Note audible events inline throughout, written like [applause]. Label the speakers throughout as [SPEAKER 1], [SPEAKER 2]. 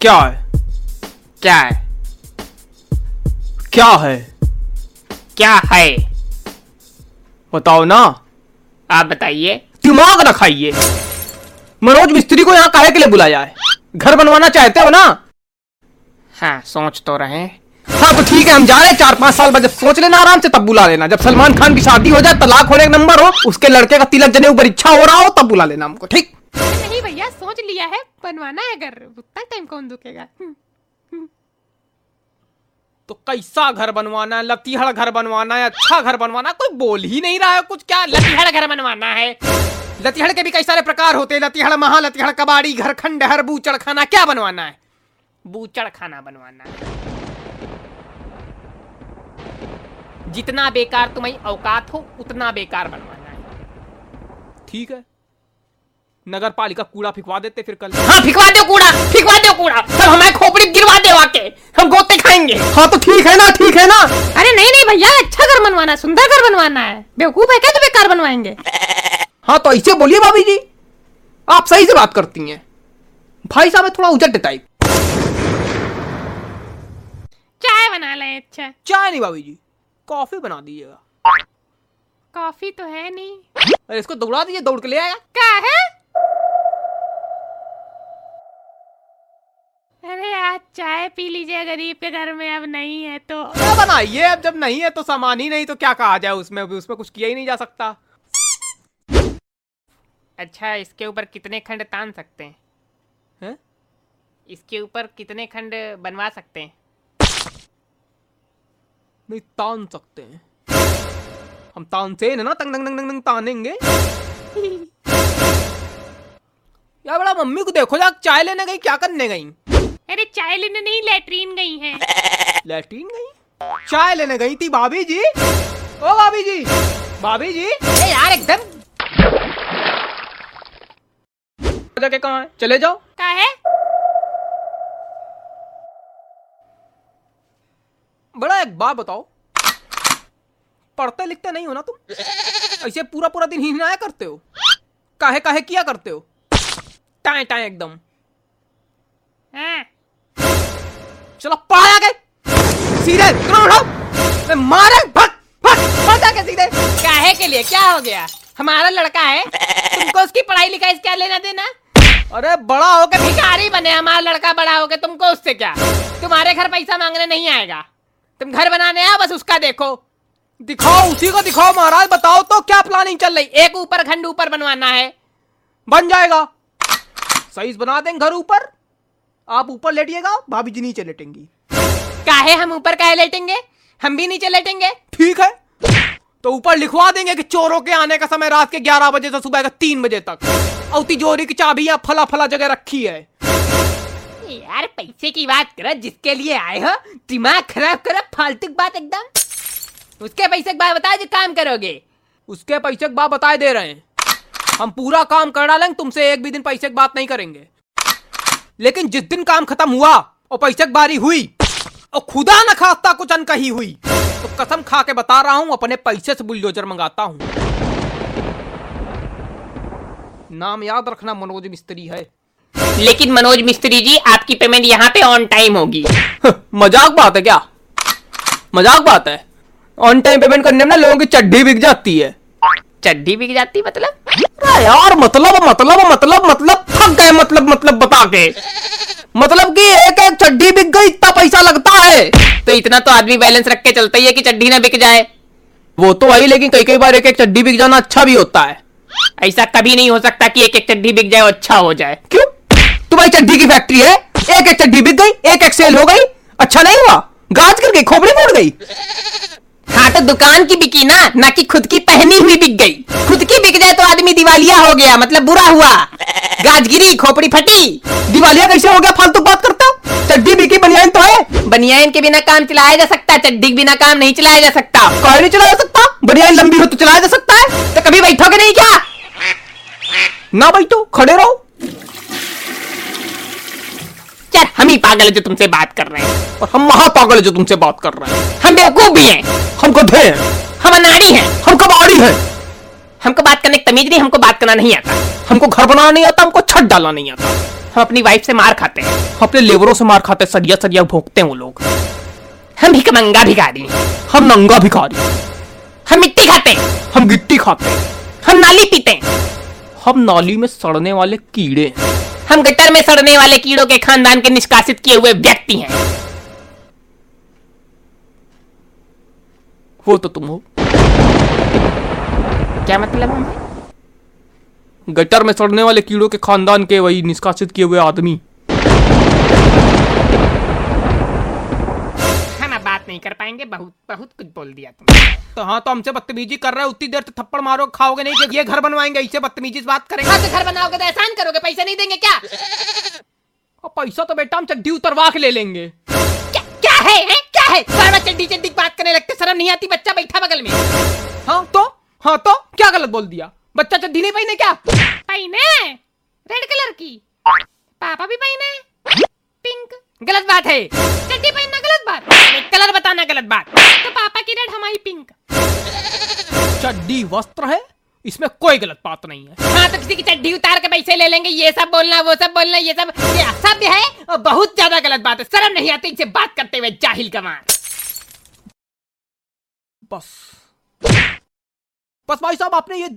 [SPEAKER 1] क्या है
[SPEAKER 2] क्या है
[SPEAKER 1] क्या है
[SPEAKER 2] क्या है
[SPEAKER 1] बताओ ना
[SPEAKER 2] आप बताइए
[SPEAKER 1] दिमाग न खाइए मनोज मिस्त्री को यहाँ काहे के लिए बुलाया है घर बनवाना चाहते हो ना
[SPEAKER 2] हाँ सोच तो रहे
[SPEAKER 1] हाँ तो ठीक है हम जा रहे हैं चार पाँच साल बाद जब सोच लेना आराम से तब बुला लेना जब सलमान खान की शादी हो जाए तलाक होने का नंबर हो उसके लड़के का तिलक जने ऊपर इच्छा हो रहा हो तब बुला लेना हमको ठीक
[SPEAKER 3] नहीं भैया सोच लिया है बनवाना है अगर उतना टाइम कौन दुखेगा
[SPEAKER 1] तो कैसा घर बनवाना है लतीहड़ घर बनवाना है अच्छा घर बनवाना है? कोई बोल ही नहीं रहा है कुछ क्या लतीहड़ घर बनवाना है लतीहड़ के भी कई सारे प्रकार होते हैं लतीहड़ महा लतीहड़ कबाड़ी घर खंड हर बूचड़ खाना क्या बनवाना है
[SPEAKER 2] बूचड़ खाना बनवाना है जितना बेकार तुम्हारी औकात हो उतना बेकार बनवाना है
[SPEAKER 1] ठीक है नगर पालिका कूड़ा फिकवा देते फिर कल
[SPEAKER 2] हाँ फिकवा दो कूड़ा फिकवा दो कूड़ा सब हमारे खोपड़ी गिरवा दे आके हम गोते खाएंगे
[SPEAKER 1] हाँ तो ठीक है ना ठीक है ना
[SPEAKER 3] अरे नहीं नहीं भैया अच्छा घर बनवाना है सुंदर घर बनवाना है बेवकूफ है क्या जो बेकार बनवाएंगे
[SPEAKER 1] हाँ तो ऐसे बोलिए भाभी जी आप सही से बात करती हैं भाई साहब है थोड़ा उजट टाइप
[SPEAKER 3] चाय बना लें अच्छा
[SPEAKER 1] चाय नहीं भाभी जी कॉफी बना दीजिएगा
[SPEAKER 3] कॉफी तो है नहीं
[SPEAKER 1] अरे इसको दौड़ा दीजिए दौड़ के ले आएगा
[SPEAKER 3] का है अरे आज चाय पी लीजिए गरीब के घर में अब नहीं है तो
[SPEAKER 1] क्या बनाइए अब जब नहीं है तो सामान ही नहीं तो क्या कहा जाए उसमें अभी उसमें कुछ किया ही नहीं जा सकता
[SPEAKER 2] अच्छा इसके ऊपर कितने खंड तान सकते हैं
[SPEAKER 1] हैं
[SPEAKER 2] इसके ऊपर कितने खंड बनवा सकते हैं
[SPEAKER 1] नहीं तान सकते हैं हम तानसेन है ना तंग तंग तंग तंग तंग तानेंगे [laughs] यार बड़ा मम्मी को देखो जा चाय लेने गई क्या करने गई
[SPEAKER 3] अरे चाय लेने नहीं लेटरीन गई है
[SPEAKER 1] लैट्रीन गई चाय लेने गई थी भाभी जी ओ भाभी जी भाभी जी
[SPEAKER 2] अरे यार एकदम
[SPEAKER 1] जाके कहाँ है चले जाओ
[SPEAKER 3] का है
[SPEAKER 1] बड़ा एक बात बताओ पढ़ते लिखते नहीं हो ना तुम ऐसे पूरा पूरा दिन हिनाया करते हो काहे काहे किया करते हो टाए टाए एकदम
[SPEAKER 3] हाँ
[SPEAKER 1] चलो पढ़ा आगे सीधे तुम उठाओ मैं मारे भग भग भग आगे सीधे
[SPEAKER 2] काहे के लिए क्या हो गया हमारा लड़का है तुमको उसकी पढ़ाई लिखाई से क्या लेना देना
[SPEAKER 1] अरे बड़ा हो गया
[SPEAKER 2] भिखारी बने हमारा लड़का बड़ा हो गया तुमको उससे क्या तुम्हारे घर पैसा मांगने नहीं आएगा तुम घर बनाने आओ बस उसका देखो
[SPEAKER 1] दिखाओ उसी को दिखाओ महाराज बताओ तो क्या प्लानिंग चल रही
[SPEAKER 2] एक ऊपर खंड ऊपर बनवाना है
[SPEAKER 1] बन जाएगा सही से बना देंगे घर ऊपर आप ऊपर लेटिएगा भाभी जी नीचे लेटेंगी
[SPEAKER 2] काहे हम ऊपर काहे लेटेंगे हम भी नीचे लेटेंगे
[SPEAKER 1] ठीक है तो ऊपर लिखवा देंगे कि चोरों के आने का समय रात के 11 बजे से सुबह के 3 बजे तक और तिजोरी की चाबी यहाँ फला फला जगह रखी है
[SPEAKER 2] यार पैसे की बात करो जिसके लिए आए हो दिमाग खराब करो फालतू की बात एकदम उसके पैसे की बात बताओ जो काम करोगे
[SPEAKER 1] उसके पैसे की बात बताए दे रहे हैं हम पूरा काम कर डालेंगे तुमसे एक भी दिन पैसे की बात नहीं करेंगे लेकिन जिस दिन काम खत्म हुआ और पैसे की बारी हुई और खुदा न खास्ता कुछ अनकही हुई तो कसम खा के बता रहा हूँ अपने पैसे से बुलडोजर मंगाता हूँ नाम याद रखना मनोज मिस्त्री है
[SPEAKER 2] लेकिन मनोज मिस्त्री जी आपकी पेमेंट यहाँ पे ऑन टाइम होगी
[SPEAKER 1] मजाक बात है क्या मजाक बात है ऑन टाइम पेमेंट करने में ना लोगों की चड्डी बिक जाती है
[SPEAKER 2] चड्डी बिक जाती मतलब
[SPEAKER 1] अरे यार मतलब मतलब मतलब मतलब थक गए मतलब मतलब बता के मतलब कि एक एक चड्डी बिक गई इतना पैसा लगता है
[SPEAKER 2] तो इतना तो आदमी बैलेंस रख के चलता ही है कि चड्डी ना बिक जाए
[SPEAKER 1] वो तो भाई लेकिन कई कई बार एक एक चड्डी बिक जाना अच्छा भी होता है
[SPEAKER 2] ऐसा कभी नहीं हो सकता कि एक एक चड्डी बिक जाए और अच्छा हो जाए
[SPEAKER 1] क्यों तुम्हारी चड्डी की फैक्ट्री है एक एक चड्डी बिक गई एक एक सेल हो गई अच्छा नहीं हुआ गाज कर गई खोपड़ी फोड़ गई
[SPEAKER 2] हाँ तो दुकान की बिकी ना ना कि खुद की पहनी हुई बिक गई खुद की बिक जाए तो आदमी दिवालिया हो गया मतलब बुरा हुआ गाजगिरी खोपड़ी फटी
[SPEAKER 1] दिवालिया कैसे हो गया फालतू बात करता चड्डी बिकी बनियान तो है
[SPEAKER 2] बनियान के बिना काम चलाया जा सकता चड्डी के बिना काम नहीं चलाया जा सकता
[SPEAKER 1] कार नहीं चलाया जा सकता बनियान लंबी हो तो चलाया जा सकता है
[SPEAKER 2] तो कभी बैठोगे नहीं क्या
[SPEAKER 1] ना बैठो खड़े रहो
[SPEAKER 2] यार हम ही पागल है जो तुमसे बात कर रहे हैं
[SPEAKER 1] और हम महापागल हैं जो तुमसे बात कर रहे हैं
[SPEAKER 2] हम बेवकूफ भी हैं
[SPEAKER 1] हम गधे हैं
[SPEAKER 2] हम अनाड़ी हैं
[SPEAKER 1] हम कबाड़ी हैं
[SPEAKER 2] हमको बात करने की तमीज नहीं हमको बात करना नहीं आता
[SPEAKER 1] हमको घर बनाना नहीं आता हमको छत डालना नहीं आता
[SPEAKER 4] हम अपनी वाइफ से मार खाते हैं
[SPEAKER 1] अपने लेबरों से मार खाते सरिया सरिया भोंकते हैं वो लोग
[SPEAKER 4] हम भी कमंगा भिखारी हैं।
[SPEAKER 1] हम नंगा भिखारी
[SPEAKER 4] हम मिट्टी खाते हैं।
[SPEAKER 1] हम गिट्टी खाते हैं
[SPEAKER 4] हम नाली पीते हैं।
[SPEAKER 1] हम नाली में सड़ने वाले कीड़े हैं।
[SPEAKER 4] हम गटर में सड़ने वाले कीड़ों के खानदान के निष्कासित किए हुए व्यक्ति हैं
[SPEAKER 1] वो तो तुम हो
[SPEAKER 4] क्या मतलब हम
[SPEAKER 1] गटर में सड़ने वाले कीड़ों के खानदान के वही निष्कासित किए हुए आदमी
[SPEAKER 2] अच्छा
[SPEAKER 4] हम अब बात नहीं कर पाएंगे बहुत बहुत कुछ बोल दिया तुमने
[SPEAKER 1] तो हाँ तो हमसे बदतमीजी कर रहे हो उतनी देर तक थप्पड़ मारो खाओगे नहीं कि ये घर बनवाएंगे इससे बदतमीजी से बात करेंगे
[SPEAKER 2] हाँ तो घर बनाओगे तो एहसान करोगे पैसे नहीं देंगे क्या
[SPEAKER 1] और पैसा तो बेटा हम चड्डी उतरवा के ले लेंगे
[SPEAKER 2] क्या, क्या है, है क्या है बार बार चड्डी चड्डी की बात करने लगते शर्म नहीं आती बच्चा बैठा बगल में
[SPEAKER 1] हाँ तो हाँ तो क्या गलत बोल दिया बच्चा चड्डी नहीं पहने क्या
[SPEAKER 2] पहने रेड कलर की पापा भी पहने पिंक गलत बात है चड्डी पहनना गलत बात कलर बताना गलत बात तो पापा की रेड हमारी पिंक
[SPEAKER 1] चड्डी वस्त्र है इसमें कोई गलत बात नहीं है
[SPEAKER 2] हाँ तो किसी की चड्डी उतार के पैसे ले लेंगे ये सब बोलना वो सब बोलना ये सब ये असभ्य है और बहुत ज्यादा गलत बात है शर्म नहीं आती इनसे बात करते हुए जाहिल कमार
[SPEAKER 1] बस बस भाई साहब आपने ये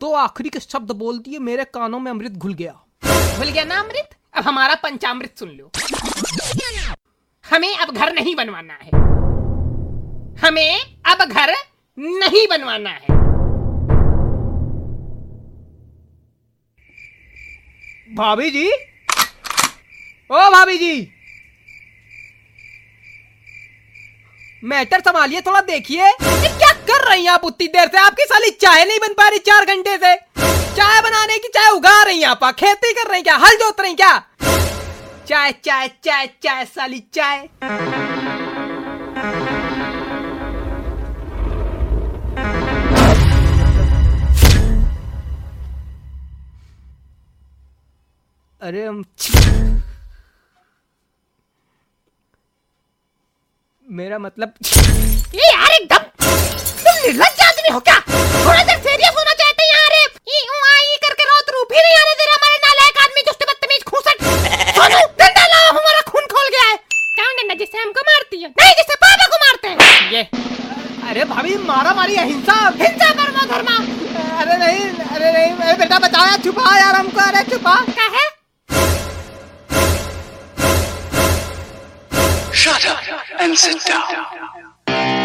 [SPEAKER 1] दो आखिरी के शब्द बोल दिए मेरे कानों में अमृत घुल गया
[SPEAKER 2] भूल गया ना अमृत अब हमारा पंचामृत सुन लो हमें अब घर नहीं बनवाना है हमें अब घर नहीं बनवाना है
[SPEAKER 1] भाभी जी ओ भाभी जी मैटर संभालिए थोड़ा देखिए ये क्या कर रही हैं आप उतनी देर से आपकी साली चाय नहीं बन पा रही चार घंटे से चाय बनाने की चाय उगा रही हैं आप खेती कर रही हैं क्या हल जोत रही हैं क्या चाय चाय चाय चाय साली चाय अरे हम मेरा मतलब
[SPEAKER 2] ये यार एकदम तुम निर्लज्ज आदमी हो क्या थोड़ा सा सीरियस होना चाहते हैं यार ई ऊ आई करके रोत रूप ही नहीं आने दे रहा हमारे नालायक आदमी जो बदतमीज खूसट सोनू डंडा लाओ हमारा खून खोल गया है कौन डंडा जिससे हमको मारती है नहीं जिससे पापा को मारते हैं ये
[SPEAKER 1] अरे भाभी मारा मारी अहिंसा
[SPEAKER 2] हिंसा परमो धर्मा
[SPEAKER 1] अरे नहीं अरे नहीं अरे बेटा बचाया छुपा यार हमको अरे छुपा
[SPEAKER 2] का है
[SPEAKER 5] Shut up and sit down.